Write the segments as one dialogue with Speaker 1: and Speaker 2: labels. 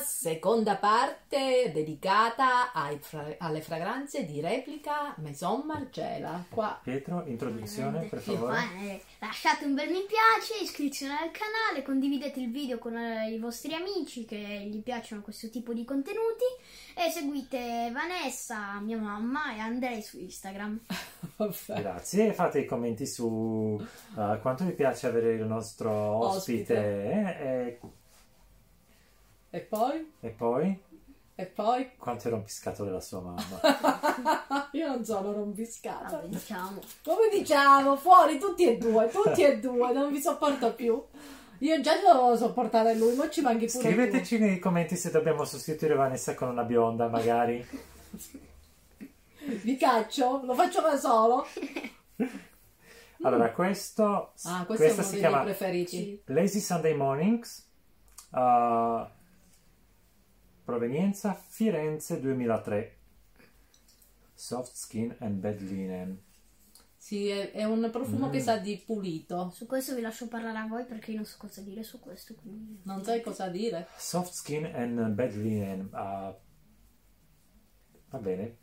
Speaker 1: seconda parte dedicata ai fra- alle fragranze di replica Maison Margiela. Qua
Speaker 2: Pietro, introduzione per favore.
Speaker 3: Eh, Lasciate un bel mi piace, iscrizione al canale, condividete il video con eh, i vostri amici che gli piacciono questo tipo di contenuti e seguite Vanessa, mia mamma e Andrei su Instagram.
Speaker 1: Vabbè.
Speaker 2: Grazie, fate i commenti su eh, quanto vi piace avere il nostro ospite. eh,
Speaker 1: E poi?
Speaker 2: e, e poi
Speaker 1: E poi? Ah,
Speaker 2: quanto è rompiscato della sua mamma.
Speaker 1: Io non sono rompiscata.
Speaker 3: Vabbè, diciamo.
Speaker 1: Come diciamo, fuori tutti e due, tutti e due, non vi sopporto più. Io già devo sopportare lui, ma ci manchi pure
Speaker 2: Scriveteci nei commenti se dobbiamo sostituire Vanessa con una bionda, magari.
Speaker 1: tu. Vi caccio, lo faccio da solo.
Speaker 2: Allora, questo,
Speaker 1: Ah, questo
Speaker 2: questa
Speaker 1: è uno
Speaker 2: si
Speaker 1: dei
Speaker 2: chiama
Speaker 1: miei preferiti.
Speaker 2: Lazy Sunday Mornings, uh, provenienza Firenze 2003, Soft Skin and Bad Linen.
Speaker 1: Sì, è, è un profumo
Speaker 2: Mm.
Speaker 1: che sa di pulito.
Speaker 3: Su questo vi lascio parlare a voi perché io non so cosa dire su questo. Quindi...
Speaker 1: Non sai cosa dire.
Speaker 2: Soft Skin and Bad Linen. uh, va bene.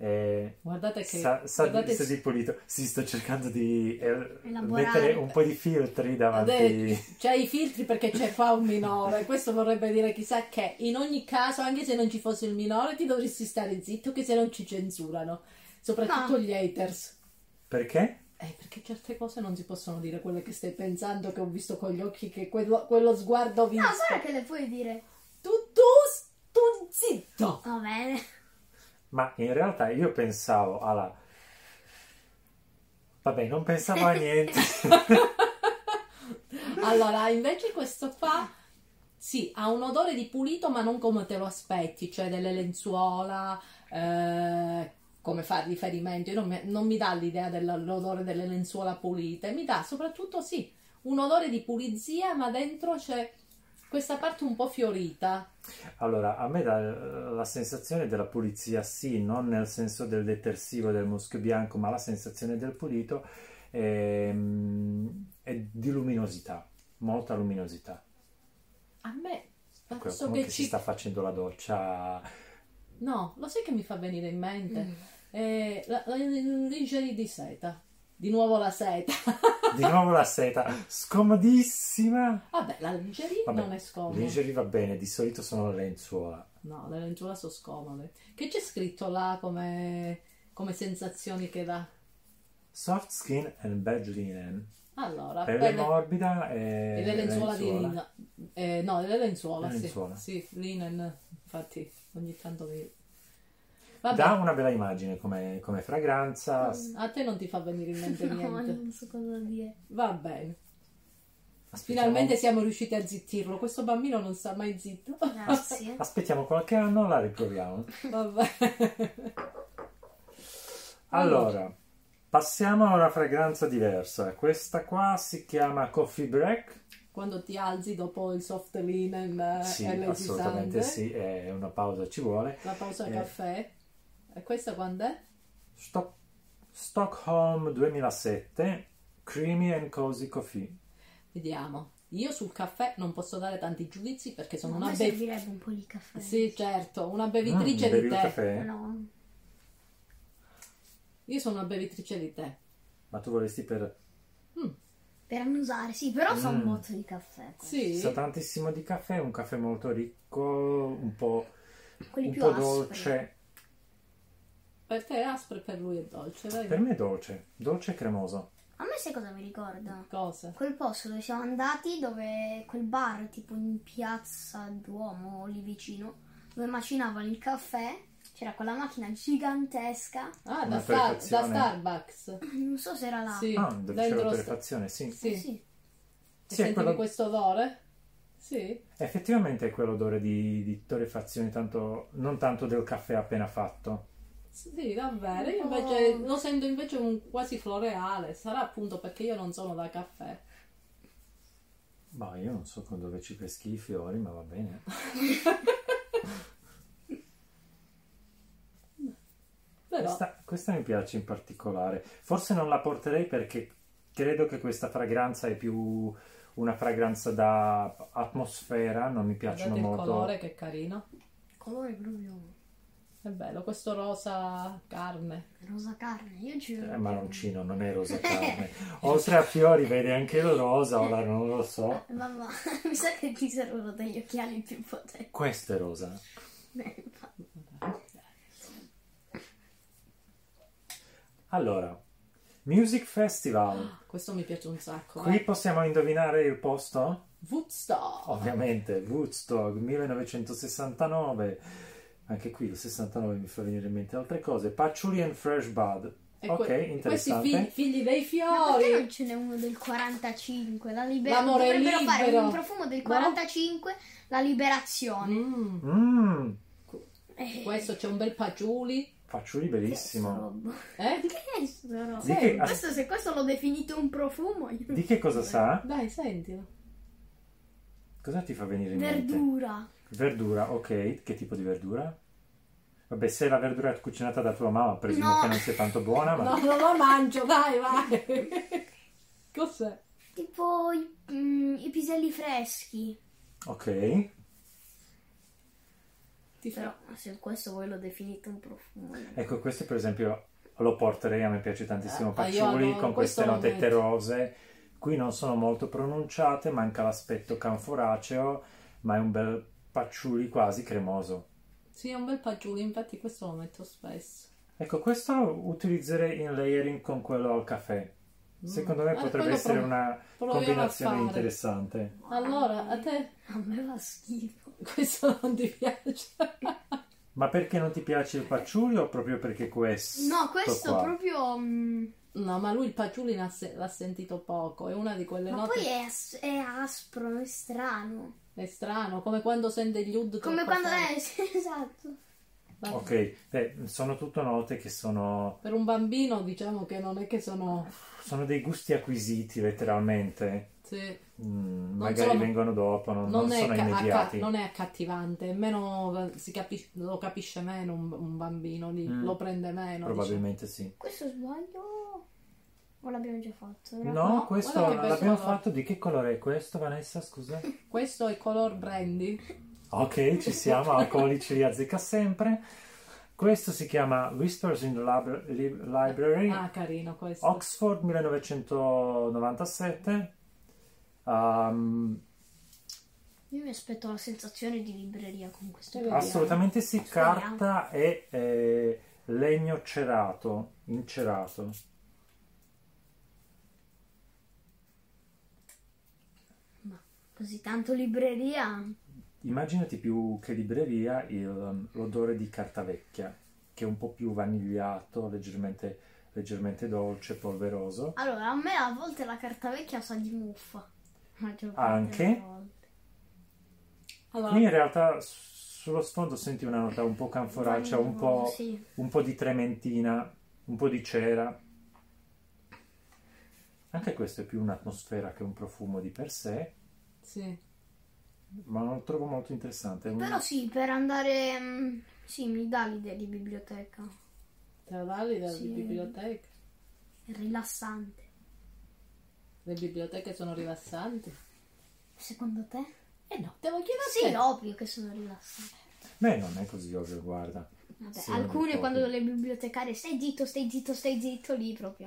Speaker 2: Eh,
Speaker 1: Guardate che...
Speaker 2: Sa, sa di-
Speaker 1: guardate-
Speaker 2: sa di pulito. Sì, sto cercando di eh,
Speaker 3: Elaborare.
Speaker 2: mettere un po' di filtri davanti.
Speaker 1: Vabbè, c'è i filtri perché c'è qua un minore. Questo vorrebbe dire chissà che. In ogni caso, anche se non ci fosse il minore, ti dovresti stare zitto che se non ci censurano. Soprattutto
Speaker 3: No.
Speaker 1: gli haters.
Speaker 2: Perché?
Speaker 1: Eh, perché certe cose non si possono dire quelle che stai pensando, che ho visto con gli occhi, che quello, quello sguardo ho visto.
Speaker 3: No, guarda che le puoi dire.
Speaker 1: Tu, tu, tu zitto!
Speaker 3: Va bene.
Speaker 2: Ma in realtà io pensavo alla... Vabbè, non pensavo a niente.
Speaker 1: Allora, invece questo qua, sì, ha un odore di pulito, ma non come te lo aspetti, cioè delle lenzuola, eh, come fa riferimento, Io non mi, non mi dà l'idea dell'odore delle lenzuola pulite, mi dà soprattutto, sì, un odore di pulizia, ma dentro c'è questa parte un po' fiorita.
Speaker 2: Allora, a me dà eh, la sensazione della pulizia, sì, non nel senso del detersivo del muschio bianco, ma la sensazione del pulito ehm, è di luminosità, molta luminosità.
Speaker 1: A me
Speaker 2: Quello
Speaker 1: penso
Speaker 2: che
Speaker 1: che
Speaker 2: si
Speaker 1: ci...
Speaker 2: sta facendo la doccia
Speaker 1: No, lo sai che mi fa venire in mente?
Speaker 2: Mm.
Speaker 1: Eh, la, la, lingerie di seta. Di nuovo la seta.
Speaker 2: Di nuovo la seta, scomodissima.
Speaker 1: Vabbè, la lingerie
Speaker 2: Vabbè,
Speaker 1: non è scomoda.
Speaker 2: Lingerie va bene, di solito sono le lenzuola.
Speaker 1: No, le lenzuola sono scomode. Che c'è scritto là come, come sensazioni che dà?
Speaker 2: Soft skin and bad linen.
Speaker 1: Allora,
Speaker 2: Pelle
Speaker 1: pelle-
Speaker 2: morbida e
Speaker 1: e le lenzuola, di
Speaker 2: eh, lenzuola.
Speaker 1: lina. Eh, no, le lenzuola,
Speaker 2: Le
Speaker 1: sì.
Speaker 2: lenzuola.
Speaker 1: Sì, linen. Infatti, ogni tanto mi... Vabbè, Mm.
Speaker 2: Dà una bella immagine come, come fragranza.
Speaker 1: a te non ti fa venire in mente
Speaker 3: No,
Speaker 1: niente.
Speaker 3: non so cosa dire.
Speaker 1: Va bene.
Speaker 2: Aspettiamo-
Speaker 1: Finalmente siamo riusciti a zittirlo. Questo bambino non sta mai zitto.
Speaker 3: Grazie.
Speaker 2: Aspettiamo qualche anno, la riproviamo.
Speaker 1: Vabbè.
Speaker 2: Allora, passiamo a una fragranza diversa. Questa qua si chiama Coffee Break.
Speaker 1: Quando ti alzi dopo il soft linen eh,
Speaker 2: Sì,
Speaker 1: e le
Speaker 2: assolutamente
Speaker 1: tisane,
Speaker 2: sì, è una pausa ci vuole.
Speaker 1: la pausa
Speaker 2: Eh.
Speaker 1: caffè. E questa quando è?
Speaker 2: Sto- Stockholm 2007, Creamy and Cozy Coffee.
Speaker 1: Vediamo. Io sul caffè non posso dare tanti giudizi perché sono
Speaker 3: Ma a
Speaker 1: una
Speaker 3: me
Speaker 1: bev-
Speaker 3: servirebbe un po' di caffè.
Speaker 1: Sì, cioè. certo, una
Speaker 2: Mm,
Speaker 1: bevitrice
Speaker 2: bevi
Speaker 1: di
Speaker 2: il
Speaker 1: tè.
Speaker 2: caffè?
Speaker 3: No.
Speaker 1: Io sono una bevitrice di tè.
Speaker 2: Ma tu vorresti per...
Speaker 3: Per annusare, sì, però fa un
Speaker 2: Mm.
Speaker 3: botto di caffè.
Speaker 1: Sì.
Speaker 2: Sa tantissimo di caffè, un caffè molto ricco, un po',
Speaker 3: Quelli
Speaker 2: un
Speaker 3: più
Speaker 2: po'
Speaker 3: aspri.
Speaker 2: dolce.
Speaker 1: Per te è aspro e per lui è dolce, vero?
Speaker 2: Per me è dolce, dolce e cremoso.
Speaker 3: A me sai cosa mi ricorda?
Speaker 1: Cosa?
Speaker 3: Quel posto dove siamo andati, dove quel bar tipo in piazza Duomo o lì vicino, dove macinavano il caffè, c'era quella macchina gigantesca,
Speaker 1: Ah,
Speaker 2: Una
Speaker 1: da, Star- da
Speaker 2: torrefazione.
Speaker 1: Starbucks.
Speaker 3: non so se era là. Eh
Speaker 1: Sì,
Speaker 2: Ah, dove c'è la
Speaker 1: dentro-
Speaker 2: torrefazione, sì.
Speaker 1: Sì.
Speaker 3: Sì.
Speaker 1: E
Speaker 2: Sì, è
Speaker 1: senti
Speaker 2: quello-
Speaker 1: questo odore? Sì.
Speaker 2: Effettivamente è quell'odore di, di torrefazione, tanto, non tanto del caffè appena fatto.
Speaker 1: Sì, davvero, io
Speaker 3: Un po'-
Speaker 1: invece lo sento invece un quasi floreale, sarà appunto perché io non sono da caffè.
Speaker 2: Ma io non so con dove ci peschi i fiori, ma va bene.
Speaker 1: Però
Speaker 2: Questa, questa mi piace in particolare. Forse non la porterei perché credo che questa fragranza è più una fragranza da atmosfera, non mi piacciono
Speaker 1: Guardate il
Speaker 2: molto.
Speaker 1: colore che carino.
Speaker 3: Colore blu,
Speaker 1: È bello, questo rosa carne.
Speaker 3: rosa carne, io giuro.
Speaker 2: Eh, maroncino, non è rosa carne. Oltre a fiori vede anche la rosa, o la non lo so.
Speaker 3: Eh, Mamma, mi sa che ti servono degli occhiali più potenti.
Speaker 2: Questa è rosa.
Speaker 3: Beh, infatti.
Speaker 2: Allora, Music Festival.
Speaker 1: Ah, questo mi piace un sacco.
Speaker 2: Qui
Speaker 1: eh.
Speaker 2: possiamo indovinare il posto?
Speaker 1: Woodstock.
Speaker 2: Ovviamente, Woodstock 1969. Anche qui il 69 mi fa venire in mente altre cose. Patchouli and Fresh Bud.
Speaker 1: E
Speaker 2: Ok,
Speaker 1: que- questi
Speaker 2: interessante.
Speaker 1: figli, figli dei
Speaker 3: Ma perché
Speaker 1: fiori.
Speaker 3: non ce n'è uno del 45? La libera-
Speaker 1: L'amore è
Speaker 3: Dovrebbero fare
Speaker 1: libero.
Speaker 3: un profumo del
Speaker 1: No?
Speaker 3: 45, la liberazione.
Speaker 1: Mm,
Speaker 2: Mmm,
Speaker 3: Eh,
Speaker 1: questo c'è un bel patchouli.
Speaker 2: patchouli
Speaker 3: che
Speaker 2: bellissimo.
Speaker 3: roba.
Speaker 1: Eh?
Speaker 3: Che è sta roba?
Speaker 2: Di che-
Speaker 3: Questo, se questo l'ho definito un profumo, io-
Speaker 2: Di che cosa sa?
Speaker 1: Dai, sentilo.
Speaker 2: Cosa ti fa venire in mente?
Speaker 3: Verdura.
Speaker 2: Verdura, ok. Che tipo di verdura? Vabbè, se è la verdura cucinata da tua mamma, presumo
Speaker 3: No.
Speaker 2: che non sia tanto buona, ma...
Speaker 1: No, non lo mangio, dai, vai. Cos'è?
Speaker 3: Tipo i, mm, i piselli freschi.
Speaker 2: Ok.
Speaker 1: Ti fa-
Speaker 3: Però se questo voi lo definite un profumo.
Speaker 2: Ecco, questo per esempio lo porterei, a me piace tantissimo
Speaker 1: Eh,
Speaker 2: Patchouli
Speaker 1: io adoro,
Speaker 2: con
Speaker 1: questo
Speaker 2: queste
Speaker 1: lo
Speaker 2: notette
Speaker 1: metto.
Speaker 2: rosee. Qui non sono molto pronunciate, manca l'aspetto canforaceo, ma è un bel Patchouli quasi cremoso.
Speaker 1: Sì, è un bel patchouli, infatti questo lo metto spesso.
Speaker 2: Ecco, questo lo utilizzerei in layering con quello al caffè. Secondo me
Speaker 1: Eh,
Speaker 2: potrebbe
Speaker 1: quello
Speaker 2: essere
Speaker 1: pro-
Speaker 2: una
Speaker 1: proviamo a
Speaker 2: combinazione
Speaker 1: fare.
Speaker 2: interessante.
Speaker 1: Allora, a te
Speaker 3: A me fa schifo.
Speaker 1: questo non ti piace?
Speaker 2: Ma perché non ti piace il Patchouli o proprio perché questo?
Speaker 3: No, questo
Speaker 2: qua?
Speaker 3: proprio... mm,
Speaker 1: No, ma lui il patchouli l'ha, se- l'ha sentito poco, è una di quelle
Speaker 3: ma
Speaker 1: note...
Speaker 3: poi è, as- è aspro, è strano.
Speaker 1: È strano, come quando sente gli ud
Speaker 3: Come
Speaker 1: troppo
Speaker 3: quando
Speaker 1: forti.
Speaker 3: è... sì, esatto.
Speaker 1: Ma
Speaker 2: Ok, beh, sono tutto note che sono
Speaker 1: Per un bambino diciamo che non è che sono...
Speaker 2: Sono dei gusti acquisiti letteralmente,
Speaker 1: Sì,
Speaker 2: Mm, magari
Speaker 1: sono-
Speaker 2: vengono dopo, non, non
Speaker 1: non, è
Speaker 2: sono
Speaker 1: ca- acca-
Speaker 2: immediati.
Speaker 1: non è accattivante, è meno, si capi- lo capisce meno un, un bambino, lì,
Speaker 2: Mm.
Speaker 1: lo prende meno.
Speaker 2: Probabilmente sì.
Speaker 3: Questo sbaglio... O l'abbiamo già fatto?
Speaker 2: No,
Speaker 3: Era-
Speaker 1: no,
Speaker 2: questo
Speaker 1: guarda che bello
Speaker 2: l'abbiamo
Speaker 1: colore.
Speaker 2: fatto. Di che colore è questo, Vanessa? Scusa.
Speaker 1: diciamo. Questo è color brandy,
Speaker 2: ok, ci siamo, alcolici li azzecca sempre. Questo si chiama Whispers in the Lab- Lib- Library,
Speaker 1: ah carino questo.
Speaker 2: Oxford 1997. Um,
Speaker 3: Io mi aspetto la sensazione di libreria con questo.
Speaker 1: Sì,
Speaker 3: profumo.
Speaker 2: assolutamente sì,
Speaker 3: Speriamo.
Speaker 2: carta e eh, legno cerato, incerato.
Speaker 3: Così tanto libreria.
Speaker 2: Immaginati più che libreria il, um, l'odore di carta vecchia, che è un po' più vanigliato, leggermente, leggermente dolce, polveroso.
Speaker 3: Allora, a me a volte la carta vecchia sa di muffa. Ma ce l'ho fatta
Speaker 2: Anche?
Speaker 3: una volta.
Speaker 1: Allora,
Speaker 2: Qui in realtà s- sullo sfondo senti una nota un po' canforacea, un po',
Speaker 3: Sì.
Speaker 2: un po' di trementina, un po' di cera. Anche questo è più un'atmosfera che un profumo di per sé,
Speaker 1: sì.
Speaker 2: ma lo trovo molto interessante. È un-
Speaker 3: Però sì, per andare... mm, Sì, mi dà l'idea di biblioteca.
Speaker 1: Te lo dà l'idea
Speaker 3: Sì.
Speaker 1: di biblioteca?
Speaker 3: È rilassante.
Speaker 1: Le biblioteche sono rilassanti?
Speaker 3: Secondo te?
Speaker 1: Eh no, devo chiedere
Speaker 3: Sì, ovvio che sono rilassante.
Speaker 2: Beh, non è così ovvio, guarda.
Speaker 3: Vabbè,
Speaker 2: Sì,
Speaker 3: alcune
Speaker 2: ovvio.
Speaker 3: quando le bibliotecarie stai zitto, stai zitto, stai zitto lì proprio.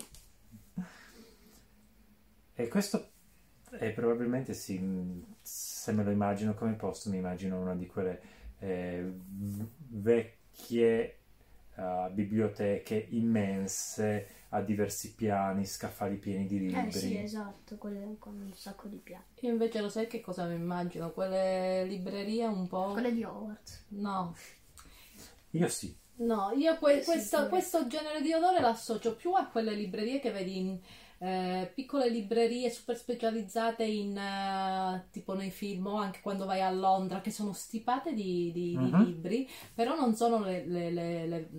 Speaker 2: E questo è probabilmente sì, mh, se me lo immagino come posto, mi immagino una di quelle eh, v- vecchie eh, biblioteche immense a diversi piani, scaffali pieni di libri.
Speaker 3: Eh sì, esatto, quelle con un sacco di piatti.
Speaker 1: Io invece lo sai che cosa mi immagino? Quelle librerie un po'...
Speaker 3: Quelle di Hogwarts.
Speaker 1: No,
Speaker 2: Io sì,
Speaker 1: no, io que-
Speaker 3: Eh, Sì,
Speaker 1: questo,
Speaker 3: sì.
Speaker 1: questo genere di odore l'associo più a quelle librerie che vedi in eh, piccole librerie super specializzate in eh, tipo nei film o anche quando vai a Londra che sono stipate di, di- di
Speaker 2: Mhm.
Speaker 1: libri, però non sono le, le- le- le-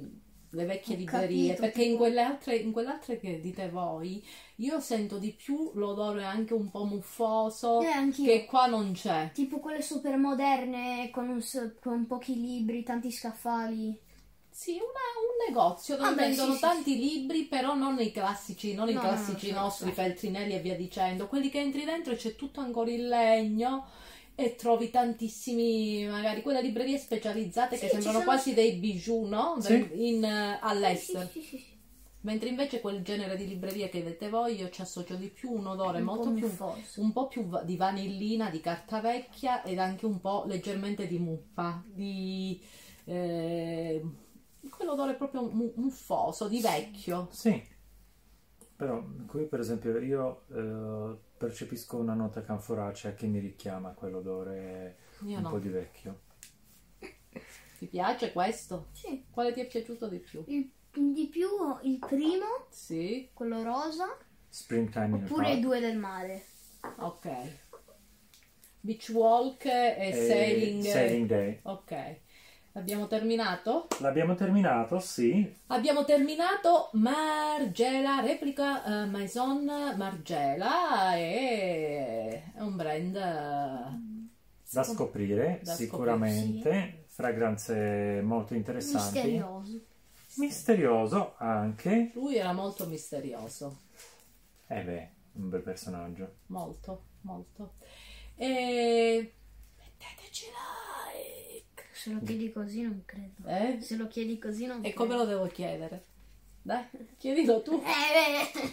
Speaker 1: le vecchie
Speaker 3: Ho
Speaker 1: librerie,
Speaker 3: capito,
Speaker 1: perché in
Speaker 3: tipo-
Speaker 1: quelle, altre, in quelle altre che dite voi io sento di più l'odore anche un po' muffoso
Speaker 3: Eh, anch'io.
Speaker 1: Oh, che qua non c'è.
Speaker 3: Tipo quelle super moderne con, un s- con pochi libri, tanti scaffali.
Speaker 1: Sì, una- un negozio dove
Speaker 3: Vabbè,
Speaker 1: vendono
Speaker 3: Ah, sì, sì,
Speaker 1: tanti libri, però non i classici, non i
Speaker 3: No, no,
Speaker 1: classici
Speaker 3: no,
Speaker 1: nostri,
Speaker 3: certo.
Speaker 1: Feltrinelli e via dicendo. Quelli che entri dentro e c'è tutto ancora in legno e trovi tantissimi, magari quelle librerie specializzate
Speaker 3: Sì,
Speaker 1: che
Speaker 3: ci
Speaker 1: sembrano
Speaker 3: sono-
Speaker 1: quasi dei bijou, no?
Speaker 2: Sì.
Speaker 1: In, eh, all'estero.
Speaker 3: Sì, sì, sì, sì.
Speaker 1: Mentre invece quel genere di libreria che avete voi, io ci associo di più un odore
Speaker 3: Un
Speaker 1: molto
Speaker 3: po'
Speaker 1: più
Speaker 3: muffoso.
Speaker 1: un po' più va- di vanillina, di carta vecchia ed anche un po' leggermente di muffa, di eh, quell'odore proprio mu- muffoso, di vecchio.
Speaker 2: Sì, però qui per esempio io eh, percepisco una nota canforacea che mi richiama quell'odore
Speaker 1: Io
Speaker 2: un po'
Speaker 1: no.
Speaker 2: di vecchio.
Speaker 1: Ti piace questo?
Speaker 3: Sì.
Speaker 1: Quale ti è piaciuto di più?
Speaker 3: Il- di più il primo,
Speaker 1: Sì,
Speaker 3: quello rosa,
Speaker 2: Springtime in a
Speaker 3: oppure i
Speaker 2: Park.
Speaker 3: due del mare.
Speaker 1: ok. Beach walk e,
Speaker 2: E
Speaker 1: sailing.
Speaker 2: Eh, Sailing Day.
Speaker 1: Ok. Abbiamo terminato?
Speaker 2: L'abbiamo terminato, sì.
Speaker 1: Abbiamo terminato Margela, replica eh, Maison Margela e è un brand eh,
Speaker 2: Da scoprire
Speaker 1: Da
Speaker 2: sicuramente, fragranze molto interessanti.
Speaker 3: Misterioso.
Speaker 2: Misterioso anche.
Speaker 1: lui era molto misterioso,
Speaker 2: Eh beh, un bel personaggio.
Speaker 1: molto, molto. E metteteci like.
Speaker 3: Se lo chiedi così non credo.
Speaker 1: Eh?
Speaker 3: Se lo chiedi così non
Speaker 1: E
Speaker 3: credo.
Speaker 1: come lo devo chiedere? Dai, chiedilo tu,
Speaker 3: Eh,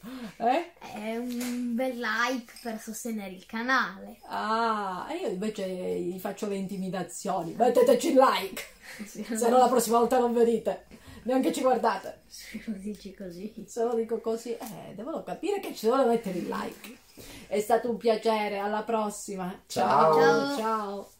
Speaker 3: beh.
Speaker 1: eh?
Speaker 3: È un bel like per sostenere il canale.
Speaker 1: Ah, e io invece gli faccio le intimidazioni. Metteteci like, se no la prossima volta non venite, neanche ci guardate.
Speaker 3: Se lo dici così.
Speaker 1: Se lo dico così, eh, devono capire che ci devono mettere il like. È stato un piacere, alla prossima.
Speaker 2: Ciao.
Speaker 1: ciao. ciao.